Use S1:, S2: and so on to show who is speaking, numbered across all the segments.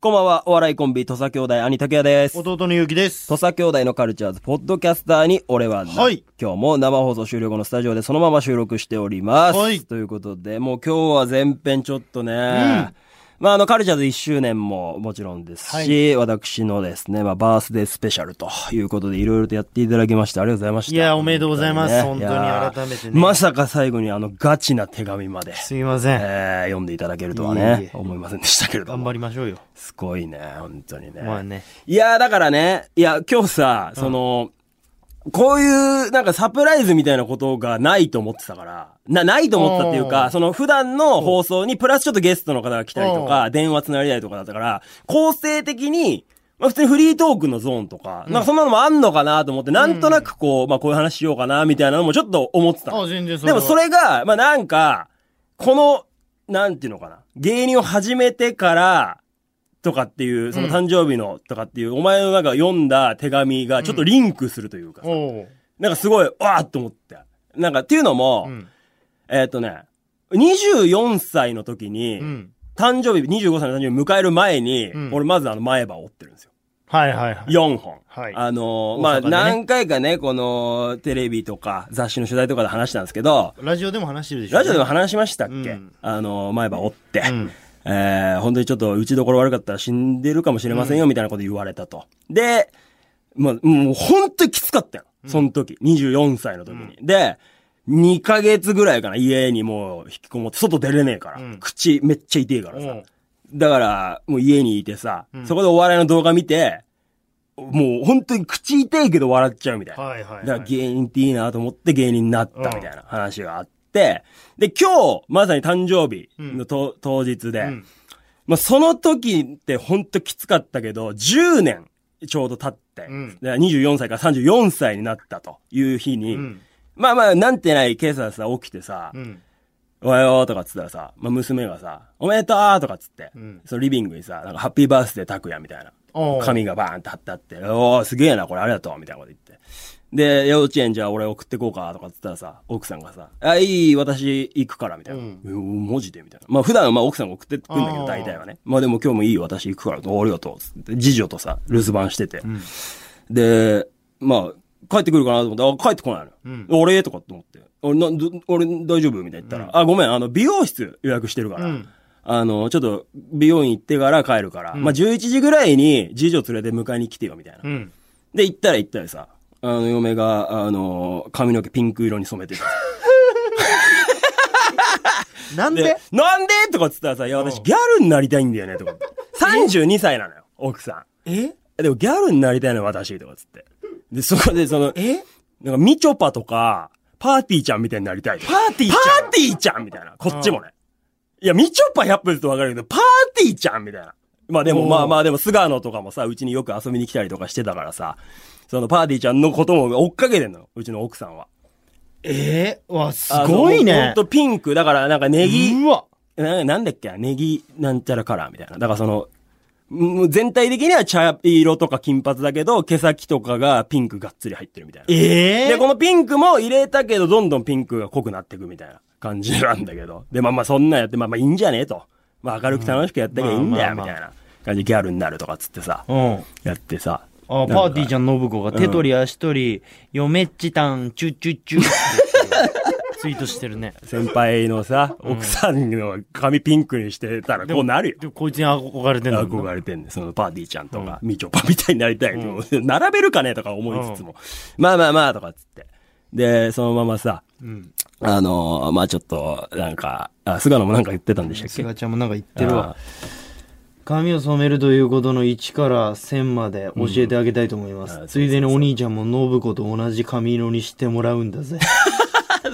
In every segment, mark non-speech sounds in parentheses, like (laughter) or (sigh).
S1: こんばんは、お笑いコンビ、土佐兄弟、兄拓也です。
S2: 弟のゆうきです
S1: 土。佐兄弟のカルチャーズ、ポッドキャスターに俺はな
S2: はい
S1: 今日も生放送終了後のスタジオでそのまま収録しております。
S2: はい
S1: ということで、もう今日は前編ちょっとね、まああの、カルチャーズ1周年ももちろんですし、私のですね、まあバースデースペシャルということでいろいろとやっていただきましてありがとうございました。
S2: いやおめでとうございます
S1: ね
S2: 本当に
S1: いやー
S2: 改めてね
S1: まさか最後にあのガチな手紙まで、
S2: すみません。
S1: えー読んでいただけるとはい
S2: えい
S1: ね
S2: え、
S1: 思いませんでしたけれど
S2: 頑
S1: も。
S2: 張りましょうよ。
S1: すごいね、本当にね。
S2: まあね。
S1: いやーだからね、いや、今日さ、その、こういう、なんかサプライズみたいなことがないと思ってたから、な、ないと思ってたっていう
S2: う
S1: か、
S2: ん
S1: その普段の放送に、プラスちょっとゲストの方が来たりとか、電話つながりたりとかだったから、構成的に、まあ普通にフリートークのゾーンとか、なんかそんなのもあんのかなと思って、なんとなくこう、まあこういう話しようかな、みたいなのもちょっと思ってたの。
S2: あ、全然そ
S1: で
S2: れ
S1: もそ
S2: れ、
S1: れが、まあなんか、この、なんていうのかな。芸人を始めてから、とかっていう、その
S2: うん
S1: 誕生日のとかっていう、お前のなんか読んだ手紙がちょっとリンクするというか、
S2: おう
S1: なんかすごい、わーっと思って。なんかっていうのも、
S2: うん。
S1: えーっとね、24歳の時に、
S2: うん。
S1: 誕生日、25歳の誕生日を迎える前に、
S2: うん
S1: 俺まずあの前歯を折ってるんですよ。
S2: はいはいはい。
S1: 4本。
S2: はい
S1: あのーまあ、
S2: 大阪でね
S1: 何回かね、この、テレビとか雑誌の取材とかで話したんですけど、
S2: ラジオでも話してるでしょ。
S1: ラジオでも話しましたっけ、
S2: うん
S1: あの、前歯折って、
S2: うん
S1: えー、本当にちょっと打ちどころ悪かったら死んでるかもしれませんよ、みたいなこと言われたと。で、まあ、もう本当にきつかったよ。その時、24歳の時に。で、2ヶ月ぐらいかな、家にもう引きこもって、外出れねえから、
S2: うん
S1: 口めっちゃ痛えから
S2: お
S1: さ
S2: う。
S1: だから、もう家にいてさ、
S2: うん
S1: そこでお笑いの動画見て、もう本当に口痛いけど笑っちゃうみたいな。
S2: はいはいはい。
S1: だから芸人っていいなと思って芸人になったみたいな話があって、で、今日、まさに誕生日のと、当日で、
S2: うん
S1: まあ、その時ってほんときつかったけど、10年ちょうど経って、
S2: うん
S1: で24歳から34歳になったという日に、
S2: うん。
S1: まあまあ、なんてない今朝さ、起きてさ、
S2: うん。
S1: おはようとかっつったらさ、まあ、娘がさ、おめでとうとかっつって、
S2: うん
S1: そのリビングにさ、なんかハッピーバースデー拓也みたいな。
S2: おう
S1: 紙がバーンって貼ってあって、おー、すげえな、これありがとう、みたいなこと言って。で、幼稚園じゃあ俺送ってこうか、とかって言ったらさ、奥さんがさ、あ、いい、私行くから、みたいな。
S2: う
S1: うん
S2: ん、
S1: マジでみたいな。まあ普段はまあ奥さんが送ってくんだけ
S2: あ
S1: ど、
S2: ー
S1: 大体はね。まあでも今日もいい、私行くから、おありがとう、つって。次女とさ、留守番してて。
S2: ん
S1: で、まあ、帰ってくるかなと思って、あ、帰ってこないの。
S2: うん
S1: 俺とかって思って。俺、など俺大丈夫みたいな言ったら、あ、ごめん、あの、美容室予約してるから、
S2: うん
S1: あの、ちょっと、美容院行ってから帰るから、まあ、11時ぐらいに、次女連れて迎えに来てよ、みたいな。
S2: うん。
S1: で、行ったら行ったらさ、あの、嫁が、あの、髪の毛ピンク色に染めてた。
S2: なん
S1: で
S2: で、
S1: なんでとかっつったらさ、いや、私、ギャルになりたいんだよね、と
S2: (laughs)
S1: か。32歳なのよ、奥さ
S2: え
S1: ん。でも、ギャルになりたいのよ、私、とかっつって。で、そこで、その、
S2: え
S1: なんか、みちょぱとか、パーティーちゃんみたいになりたいとか。
S2: パーティーちゃん
S1: パーティーちゃんみたいな。こっちもね。いや、みちょぱ100分とわかるけど、パーティーちゃんみたいな。まあでも、
S2: おー
S1: まあまあでも、菅野とかもさ、うちによく遊びに来たりとかしてたからさ、そのパーティーちゃんのことも追っかけてんのよ、うちの奥さんは。
S2: えーわ、すごい
S1: あのほ
S2: ね
S1: ん。とピンク、だからなんかネギ、
S2: うわ。
S1: ななんだっけな、ネギなんちゃらカラーみたいな。だからその、もう全体的には茶色とか金髪だけど、毛先とかがピンクがっつり入ってるみたいな。
S2: え
S1: で、
S2: え
S1: このピンクも入れたけど、どんどんピンクが濃くなっていくみたいな感じなんだけど。で、まあまあそんなんやって、まあまあいいんじゃねえと。まあ明るく楽しくやったきゃいいんだよ、
S2: うん
S1: み
S2: まあまあまあ
S1: たいな感じでギャルになるとかっつってさ、
S2: うん。
S1: やってさ。
S2: あ、パーティーち
S1: ゃんか。
S2: ゃん信子が手取り足取り、よめっちたん、チュッチュッチ (laughs) ュッって言ってるツイートしてるね。
S1: 先輩のさ、奥さんの髪ピンクにしてたらこうなるよ。
S2: でもこいつに憧れてんだもんな
S1: 憧れてんねそのパーティーちゃんとか、みちょぱみたいになりたい。 (laughs) 並べるかねとか思いつつも。まあまあまあとかっつって。で、そのままさ、
S2: うん。
S1: あのーまあちょっと、なんか、あ、菅野もなんか言ってたんでしたっけ
S2: すがちゃんもなんか言ってる (laughs) わ。髪を染めるということの1から1000まで教えてあげたいと思います。ついでにお兄ちゃんも信子と同じ髪色にしてもらうんだぜ。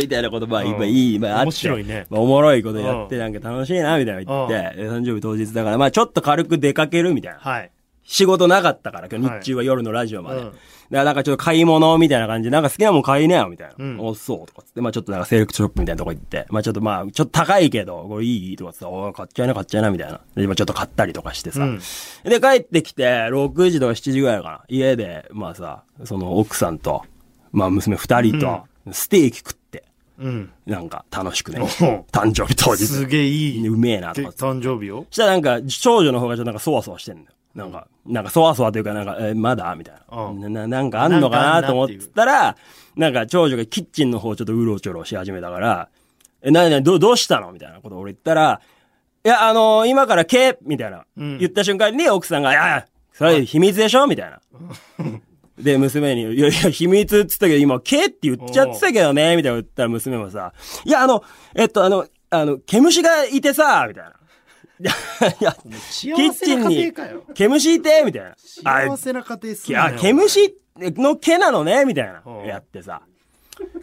S1: みたいなことまあ、今
S2: うん
S1: いい、まあ、あって
S2: 面白いね
S1: まあおもろいことやって、なんか楽しいな、みたいなの言って、で誕生日当日だから、まあ、ちょっと軽く出かけるみたいな。
S2: はい。
S1: 仕事なかったから、今日
S2: はい
S1: 日中は夜のラジオまで。
S2: うん
S1: だからなんかちょっと買い物みたいな感じで、なんか好きなもん買いなよみたいな。
S2: うん
S1: おそうとかっつって、まあちょっとなんかセレクトショップみたいなとこ行って、まあちょっとまあちょっと高いけど、これいいとかっつって、おー買っちゃいな買っちゃいなみたいな。で、まあちょっと買ったりとかしてさ。
S2: うん
S1: で、帰ってきて、6時とか7時ぐらいかな。家で、まあさ、その奥さんと、まあ娘2人と、ステーキ食って。
S2: うん。
S1: なんか、楽しくね
S2: おう。
S1: 誕生日当日。
S2: すげえいい。
S1: うめえな、と
S2: で
S1: か。
S2: 誕生日を
S1: したらなんか、少女の方がちょっとなんか、そわそわしてんのよ。なんか、なんか、そわそわというか、なんか、えーまだみたいな。
S2: うん
S1: なななんかあんのかなと思っ
S2: なんかあんなっていう
S1: てたら、なんか、長女がキッチンの方をちょっとうろちょろし始めたから、え、なになに、どう、どうしたのみたいなことを俺言ったら、いや、あのー今からけみたいな。
S2: うん
S1: 言った瞬間に奥さんが、いや、それ秘密でしょみたいな。で、娘に、いやいや、秘密っつったけど、今、けって言っちゃってたけどね、みたいなこと言ったら娘もさ、いや、あの、えっと、あの、あの、毛虫がいてさ、みたいな。いや、いや、キ
S2: 幸
S1: ッ
S2: せ
S1: チ
S2: な
S1: ン
S2: 家
S1: に
S2: 庭かよ。、
S1: 毛虫いて、みたいな。
S2: 幸せな家庭す
S1: い
S2: んな
S1: や、
S2: よ。
S1: 毛虫の毛なのね、みたいな
S2: お。う
S1: やってさ。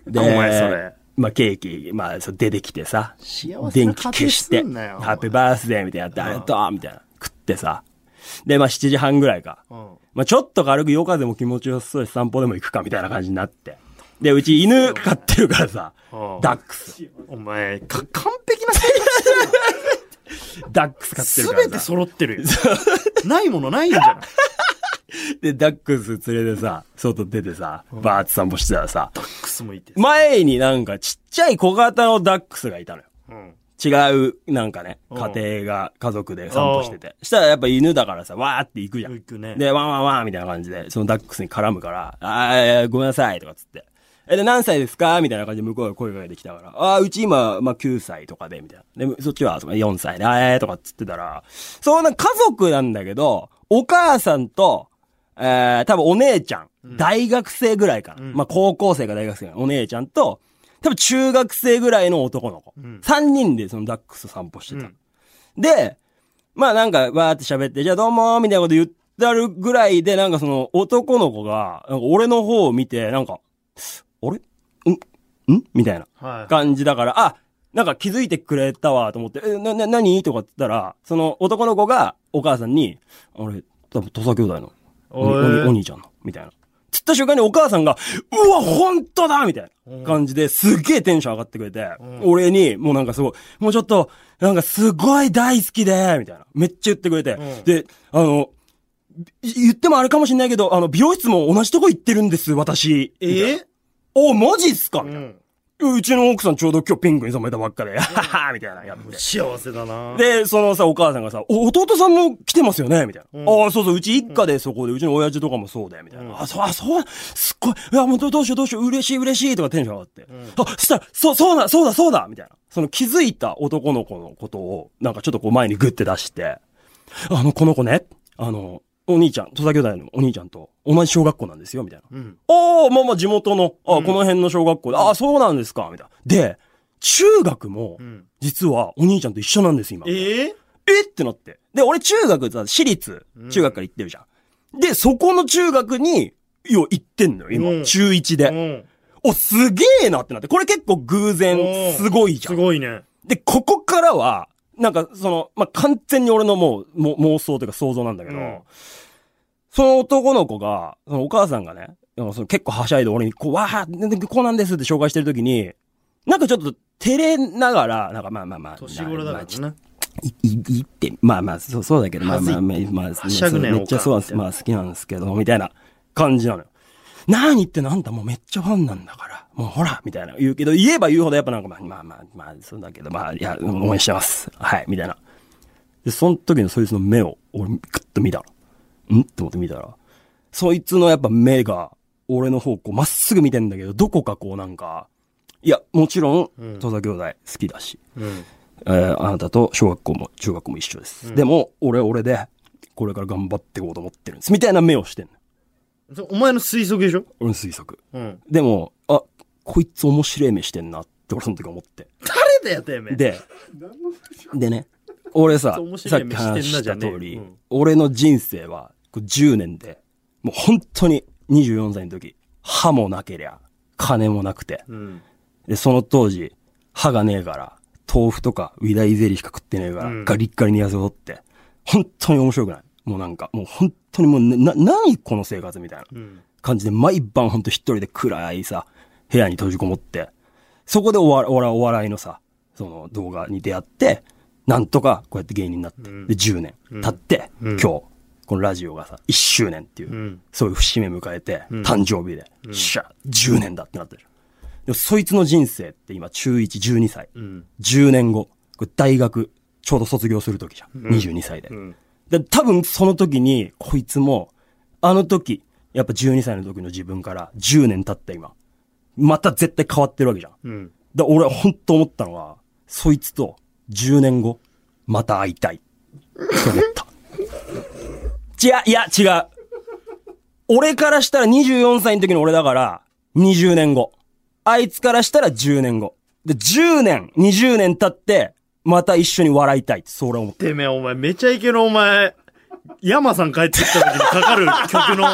S1: で
S2: お前それ。
S1: まあ、ケーキ、まあ、そう出てきてさ。
S2: 幸せな
S1: 電
S2: 家
S1: 気
S2: 庭
S1: 消して、
S2: すんなよ
S1: ハッピーバースデーみたいなやって、ありがとうみたいな。食ってさ。で、まあ、7時半ぐらいか。
S2: うん。
S1: まあ、ちょっと軽く夜風も気持ちよさそうし散歩でも行くかみたいな感じになって。で、うち犬飼ってるからさ
S2: うん、
S1: ダックス。
S2: お前、か完璧な生
S1: ダックス飼ってるから
S2: 活すべ
S1: さ。
S2: て揃ってるよ。 (laughs) ないものないんじゃない
S1: で、ダックス連れてさ、外出てさ、バーって散歩してたらさ、
S2: くすむいて。
S1: 前になんかちっちゃい小型のダックスがいたのよ。
S2: うん。
S1: 違う、なんかね、
S2: うん
S1: 家庭が、家族で散歩してて。したらやっぱ犬だからさ、わーって行くじゃん。
S2: 行くね
S1: で、ワンワンワンみたいな感じで、そのダックスに絡むから、あー、ごめんなさいとかっつって。え、で、何歳ですかみたいな感じで向こうが声かけてきたから、あー、うち今、まあ、9歳とかで、みたいな。で、そっちは、その4歳で、あー、とかっつってたら、そんな家族なんだけど、お母さんと、えー、多分お姉ちゃん、大学生ぐらいかな。まあ、高校生か大学生かなお姉ちゃんと、多分中学生ぐらいの男の子。三3人でそのダックス散歩してた。で、まあなんか、わーって喋って、じゃあどうもーみたいなこと言ってあるぐらいで、なんかその男の子が、なんか俺の方を見て、なんか、あれんんみたいな
S2: はい。
S1: 感じだから、あ、なんか気づいてくれたわと思って、え、な、な、何とかって言ったら、その男の子がお母さんに、あれ、多分土佐兄弟の、お
S2: おい
S1: おお兄ちゃんの、みたいな。つった瞬間にお母さんが、うわ、本当だみたいな感じで、すっげえテンション上がってくれて、俺に、もうなんかすごい、もうちょっと、なんかすごい大好きで、みたいな。めっちゃ言ってくれて、
S2: ん
S1: で、あの、い言ってもあれかもしんないけど、あの、美容室も同じとこ行ってるんです、私。みたいな
S2: え
S1: お、マジっすかみたいな。
S2: うん。
S1: うちの奥さんちょうど今日ピンクに染めたばっかで、は (laughs) はみたいなやって。
S2: 幸せだな。
S1: で、そのさ、お母さんがさ、お弟さんも来てますよねみたいな。
S2: うん
S1: ああ、そうそう、うち一家でそこで、うちの親父とかもそうだよ、みたいな。
S2: うん
S1: あ、そう、あ、そう、すっごい、いや、もうどどうしよう、どうしよう、嬉しい、嬉しい、とかテンション上がって。あ、そしたら、そう、そうだ、そうだ、そうだみたいな。その気づいた男の子のことを、なんかちょっとこう前にグッて出して、あの、この子ね、あの、お兄ちゃん、戸田兄弟のお兄ちゃんと同じ小学校なんですよ、みたいな。
S2: うん。
S1: ああ、まあまあ地元の、あ、この辺の小学校で、ああ、そうなんですか、みたいな。で、中学も
S2: ん、
S1: 実はお兄ちゃんと一緒なんです、今。
S2: ええ
S1: えってなって。で、俺中学さ、私立、中学から行ってるじゃん。で、そこの中学に、よ、行ってんのよ、今。
S2: うん
S1: 中1で。
S2: うん。
S1: お、すげえなってなって。これ結構偶然、すごいじゃ
S2: す
S1: ん。
S2: ごいね。
S1: で、ここからは、なんか、その、まあ、完全に俺のもう、も妄想というか想像なんだけど、
S2: うん
S1: その男の子が、そのお母さんがね、なんかその結構はしゃいで俺に、こう、わあ、こうなんですって紹介してるときに、なんかちょっと照れながら、なんかまあまあまあ、
S2: 年頃だ
S1: ま
S2: か
S1: あち
S2: らな。
S1: い、い、いって、まあまあ、そう、そうだけど、まあまあ、まあ、まあ、
S2: はしゃぐね
S1: めっちゃそうなんです。
S2: お母
S1: まあ好きなんですけど、みたいな感じなのよ。何言ってんのあんたもうめっちゃファンなんだから。もうほらみたいな言うけど、言えば言うほどやっぱなんかまあまあまあ、まあ、そうだけど、まあ、いや、応援してます。はい、みたいな。で、その時のそいつの目を、俺、ぐっと見たの。んって思って見たら、そいつのやっぱ目が、俺の方、こう、まっすぐ見てんだけど、どこかこうなんか、いや、もちろん、戸田兄弟好きだし、
S2: うん。
S1: えーあなたと小学校も中学校も一緒です。でも、俺は俺で、これから頑張っていこうと思ってるんです。みたいな目をしてんの。
S2: そお前の推測でしょ
S1: 俺の推測。
S2: うん。
S1: でも、あ、こいつ面白い目してんなって俺その時思
S2: (laughs)
S1: って。
S2: 誰だよ、てめえ。
S1: で、でね、俺さ
S2: 面、白
S1: さっ
S2: い目
S1: き
S2: してんな
S1: 話し
S2: じゃ
S1: た
S2: ねえ
S1: 通り、
S2: うん
S1: 俺の人生はこう10年で、もう本当に24歳の時、歯もなけりゃ、金もなくて、
S2: うん。
S1: で、その当時、歯がねえから、豆腐とか、ウィダイゼリーしか食ってねえから、
S2: うん
S1: ガリッガリに痩せとって、本当に面白くない。もうなんか、もう本当にもうな、な、何この生活みたいな
S2: うん。
S1: 感じで、毎晩本当一人で暗いさ、部屋に閉じこもって、そこでおわ、おわお笑いのさ、その動画に出会って、なんとかこうやって芸人になって、
S2: うん
S1: で、10年経って、
S2: う
S1: 今
S2: ん
S1: 日、このラジオがさ、1周年っていう、
S2: うん。
S1: そういう節目迎えて、
S2: ん
S1: 誕生日で、しゃ、10年だってなったじゃん。でもそいつの人生って今中1、12歳。
S2: うん。
S1: 10年後、これ大学、ちょうど卒業する時じゃん。22歳で
S2: う。ん。
S1: で、多分その時に、こいつも、あの時、やっぱ12歳の時の自分から10年経った今、また絶対変わってるわけじゃん。
S2: うん。
S1: だ俺は本当思ったのは、そいつと10年後、また会いたい。って思った。違う、いや、違う。俺からしたら24歳の時の俺だから、20年後。あいつからしたら10年後。で、10年、20年経って、また一緒に笑いたいって、そう俺は思った。
S2: てめえ、お前、めちゃイケのお前、山さん帰ってきた時にかかる曲の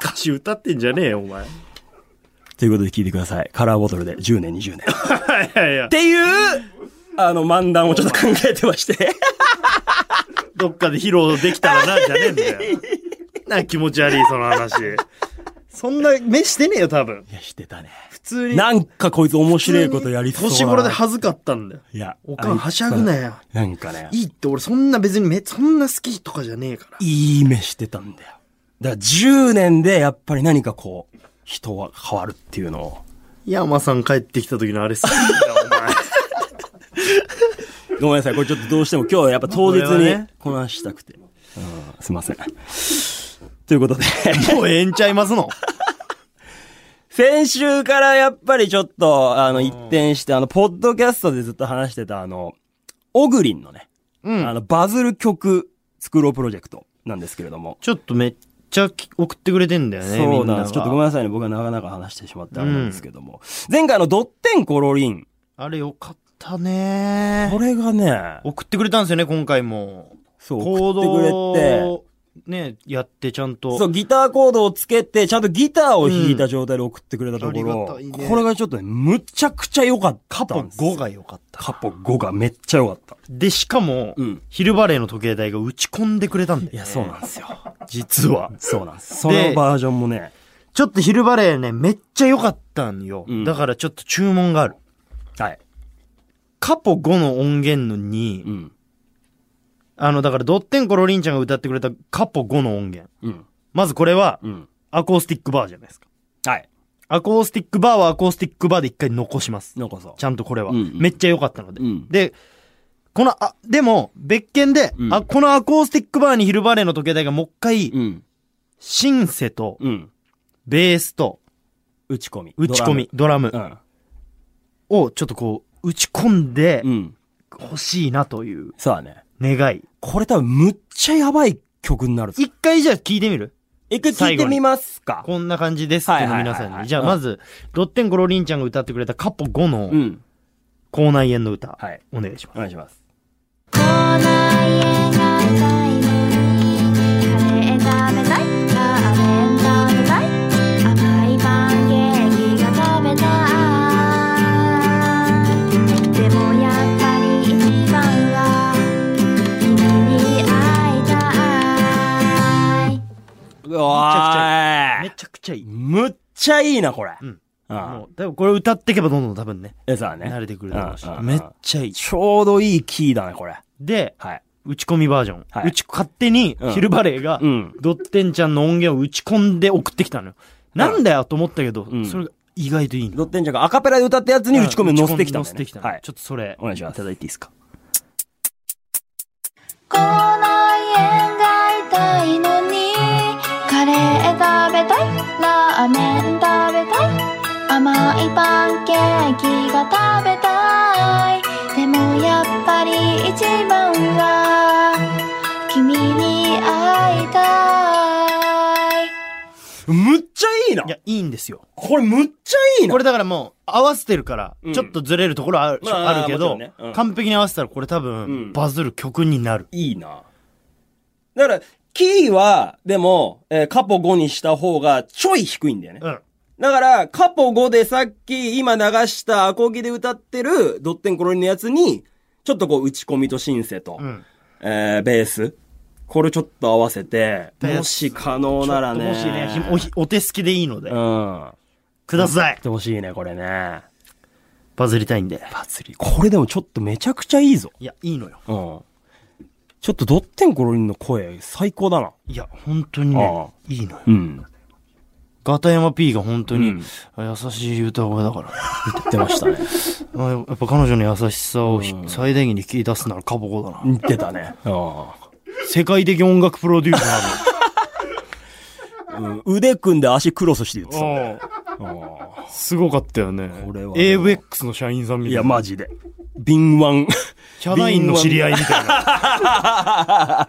S2: 歌詞歌ってんじゃねえよ、お (laughs) 前。
S1: ということで聞いてください。カラーボトルで10年、20年。っ
S2: いやいや、
S1: ていう、あの、漫談をちょっと考えてまして。
S2: どっかで披露できたらな、じゃねえんだよ。な、気持ち悪い、その話。そんな目してねえよ、多分。
S1: いや、してたね。
S2: 普通に。
S1: なんかこいつ面白いことやりそうだな。
S2: 年頃で恥ずかったんだよ。
S1: いや、
S2: おかんはしゃぐな
S1: あい
S2: よ。
S1: つさ。なんかね、
S2: いいって俺そんな別にめ、そんな好きとかじゃねえから。
S1: いい目してたんだよ。だから10年でやっぱり何かこう、人は変わるっていうのを。
S2: 山さん帰ってきた時のあれ好きだよ、
S1: ごめんなさい、これちょっとどうしても今日はやっぱ当日
S2: これは
S1: に
S2: ね
S1: こなしたくて。うん、すいません。ということで、
S2: お前。もうええんちゃいますの。
S1: 先週からやっぱりちょっと、あの、一転して、あの、ポッドキャストでずっと話してた、あの、オグリンのね、
S2: うん
S1: あの、バズる曲作ろうプロジェクトなんですけれども。
S2: ちょっとめっちゃき送ってくれてんだよね、
S1: そ
S2: み
S1: うんな
S2: な
S1: ん
S2: が
S1: です。ちょっとごめんなさいね。僕はなかなか話してしまってあれなんですけども。前回あのドッテンコロリン。
S2: あれよかったね
S1: これがね、
S2: 送ってくれたんですよね、今回も。
S1: そう、
S2: 行動
S1: 送ってくれて。
S2: をね、やってちゃんと。
S1: そう、ギターコードをつけて、ちゃんとギターを弾いた状態で送ってくれたとこ
S2: うんありが
S1: ろ、
S2: たいね
S1: これがちょっとね、むちゃくちゃ良かった
S2: カポ
S1: んですよ
S2: 5。が良かった。
S1: カポ5がめっちゃ良かった。
S2: で、しかも、
S1: うん
S2: ヒルバレーの時計台が打ち込んでくれたんだよ、
S1: い
S2: ね。
S1: や、そうなんですよ。
S2: 実は。
S1: そうなんです。そのバージョンもね、
S2: ちょっとヒルバレーね、めっちゃ良かったんよ。
S1: うん
S2: だからちょっと注文がある。
S1: はい。
S2: カポ5の音源のに、
S1: うん。
S2: あの、だからドッテンコロリンちゃんが歌ってくれたカポ5の音源。
S1: うん。
S2: まずこれは、
S1: うん。
S2: アコースティックバーじゃないですか。
S1: はい。
S2: アコースティックバーはアコースティックバーで一回残します。
S1: なんかさ
S2: ち。ゃんとこれは。
S1: うんうん
S2: めっちゃ良かったので。
S1: うん
S2: で、この、あ、でも、別件で、
S1: うん
S2: あ、このアコースティックバーにヒルバレーの時計台がもう一回、
S1: うん。
S2: シンセと、
S1: うん。
S2: ベースと、
S1: 打ち込み。
S2: 打ち込み、ドラム
S1: ドラム。
S2: をちょっとこう、打ち込んで
S1: うん。うん。
S2: 欲しいなという
S1: そうだね。
S2: 願い。
S1: これ多分むっちゃやばい曲になるぞ。
S2: 一回じゃあ聞いてみる
S1: 一回聞いてみますか。
S2: こんな感じですっていうの
S1: はいはいは
S2: 皆
S1: いはい
S2: さんに。じゃあまず、ドッテンコロリンちゃんが歌ってくれたカポ5の
S1: うん。
S2: 口内炎の歌、
S1: はい。
S2: お願いします。
S1: お願いします。
S3: 「この家が赤いのにカレーが食べたい」「ラーメン食べたい」「甘いパンケーキが食べたい」「でもやっぱり一番は君に会いたい」
S1: うわ
S2: め
S1: ー
S2: ちゃくちゃいい。
S1: むっちゃいいな、これ。
S2: うん。
S1: あ
S2: もう、でもこれ歌ってけばどんどん多分ね、
S1: あ。さあね。
S2: 慣れてくるだろうし
S1: あああ。あ
S2: めっちゃいい。
S1: ちょうどいいキーだね、これ。
S2: で、
S1: はい。
S2: 打ち込みバージョン。
S1: はい
S2: 打ち、勝手に
S1: うん、
S2: ヒルバレーが
S1: う、ん。
S2: ドッテンちゃんの音源を打ち込んで送ってきたのよ。なんだよと思ったけど、
S1: ん
S2: それが意外といいの。
S1: ドッテンちゃんがアカペラで歌ったやつに打ち込みを乗せてきたんだ
S2: 乗せ
S1: よ
S2: て
S1: ね
S2: きたの
S1: はい
S2: ち。ょっとそれ
S1: お。願いします。いただいていいですか。
S3: この家が痛いのにカレー食べたいラーメン食べたい甘いパンケーキが食べたいでもやっぱり一番は君に会いたい
S1: むっちゃいいない
S2: や、いいんですよ。
S1: これむっちゃいい
S2: これだからもう、合わせてるから
S1: うん、
S2: ちょっとずれるところはある,、
S1: まあ
S2: あるけ
S1: も
S2: ど、
S1: ちろんねうん
S2: 完璧に合わせたらこれ多
S1: うん
S2: 分、バズる曲になる。
S1: いいな。だから、キーは、でも、えーカポ5にした方がちょい低いんだよね。
S2: うん。
S1: だから、カポ5でさっき今流したアコギで歌ってるドッテンコロリのやつに、ちょっとこう打ち込みとシンセと、
S2: うん。
S1: えー、ベース。これちょっと合わせて、
S2: ベース
S1: もし可能ならね。
S2: ちょっともしね、ひおひお手すきでいいので、
S1: うん。
S2: ください
S1: 来。てほしいね、これね。
S2: バズりたいんで。
S1: バズり。これでもちょっとめちゃくちゃいいぞ。
S2: いや、いいのよ。
S1: うん。ちょっとドッテンコロリンの声最高だな。
S2: いや、本当に
S1: ああ
S2: ね、いいのよ。
S1: うん。
S2: ガタヤマ P が本当
S1: う
S2: に
S1: ん
S2: 優しい歌声だから。 (laughs)
S1: 言ってま (laughs) したね。
S2: あやっぱ彼女の優しさをひ最大限に引き出すならカボコだな。
S1: 言ってたね。う
S2: 世界的音楽プロデューサー
S1: ん腕組んで足クロスして言ってたね。 (laughs)
S2: の。うん (laughs) すごかったよね。
S1: これは
S2: AVX の社員さんみたいな。
S1: いや、マジで。敏 (laughs) 腕。
S2: ヒャダインの知
S1: (laughs)
S2: り合いみたいな。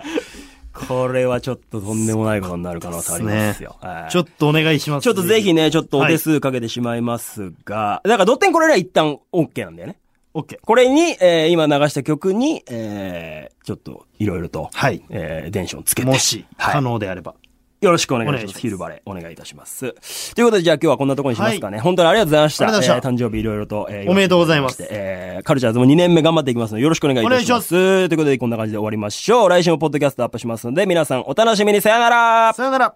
S1: これはちょっととんでもないことになる可能性あります
S2: (laughs)
S1: よ。はい
S2: ちょっとお願いします。
S1: ちょっとぜひ。ね、ちょっとお手数かけてしまいますが、だからドッテンこれら一旦 OK なんだよね。
S2: OK。
S1: これに、えー今流した曲に、えーちょっといろいろと、
S2: はい
S1: えー、電子をつけて。
S2: もし、
S1: は
S2: 可
S1: い。
S2: 能であれば。
S1: よろしくお願いし
S2: お願
S1: ま
S2: いし
S1: す。
S2: ます
S1: ヒルバレ、お願いいたします。ということで、じゃあ今日はこんなところにしますかね。本当にありがとうございました。
S2: ありがとうございました
S1: えー誕生日いろいろと、え
S2: おめでとうございます
S1: えーカルチャーズも2年目頑張っていきますので、よろしくお願いいたします。
S2: お願いします
S1: ということで、こんな感じで終わりましょう。来週もポッドキャストアップしますので、皆さんお楽しみに。さよなら
S2: さよなら。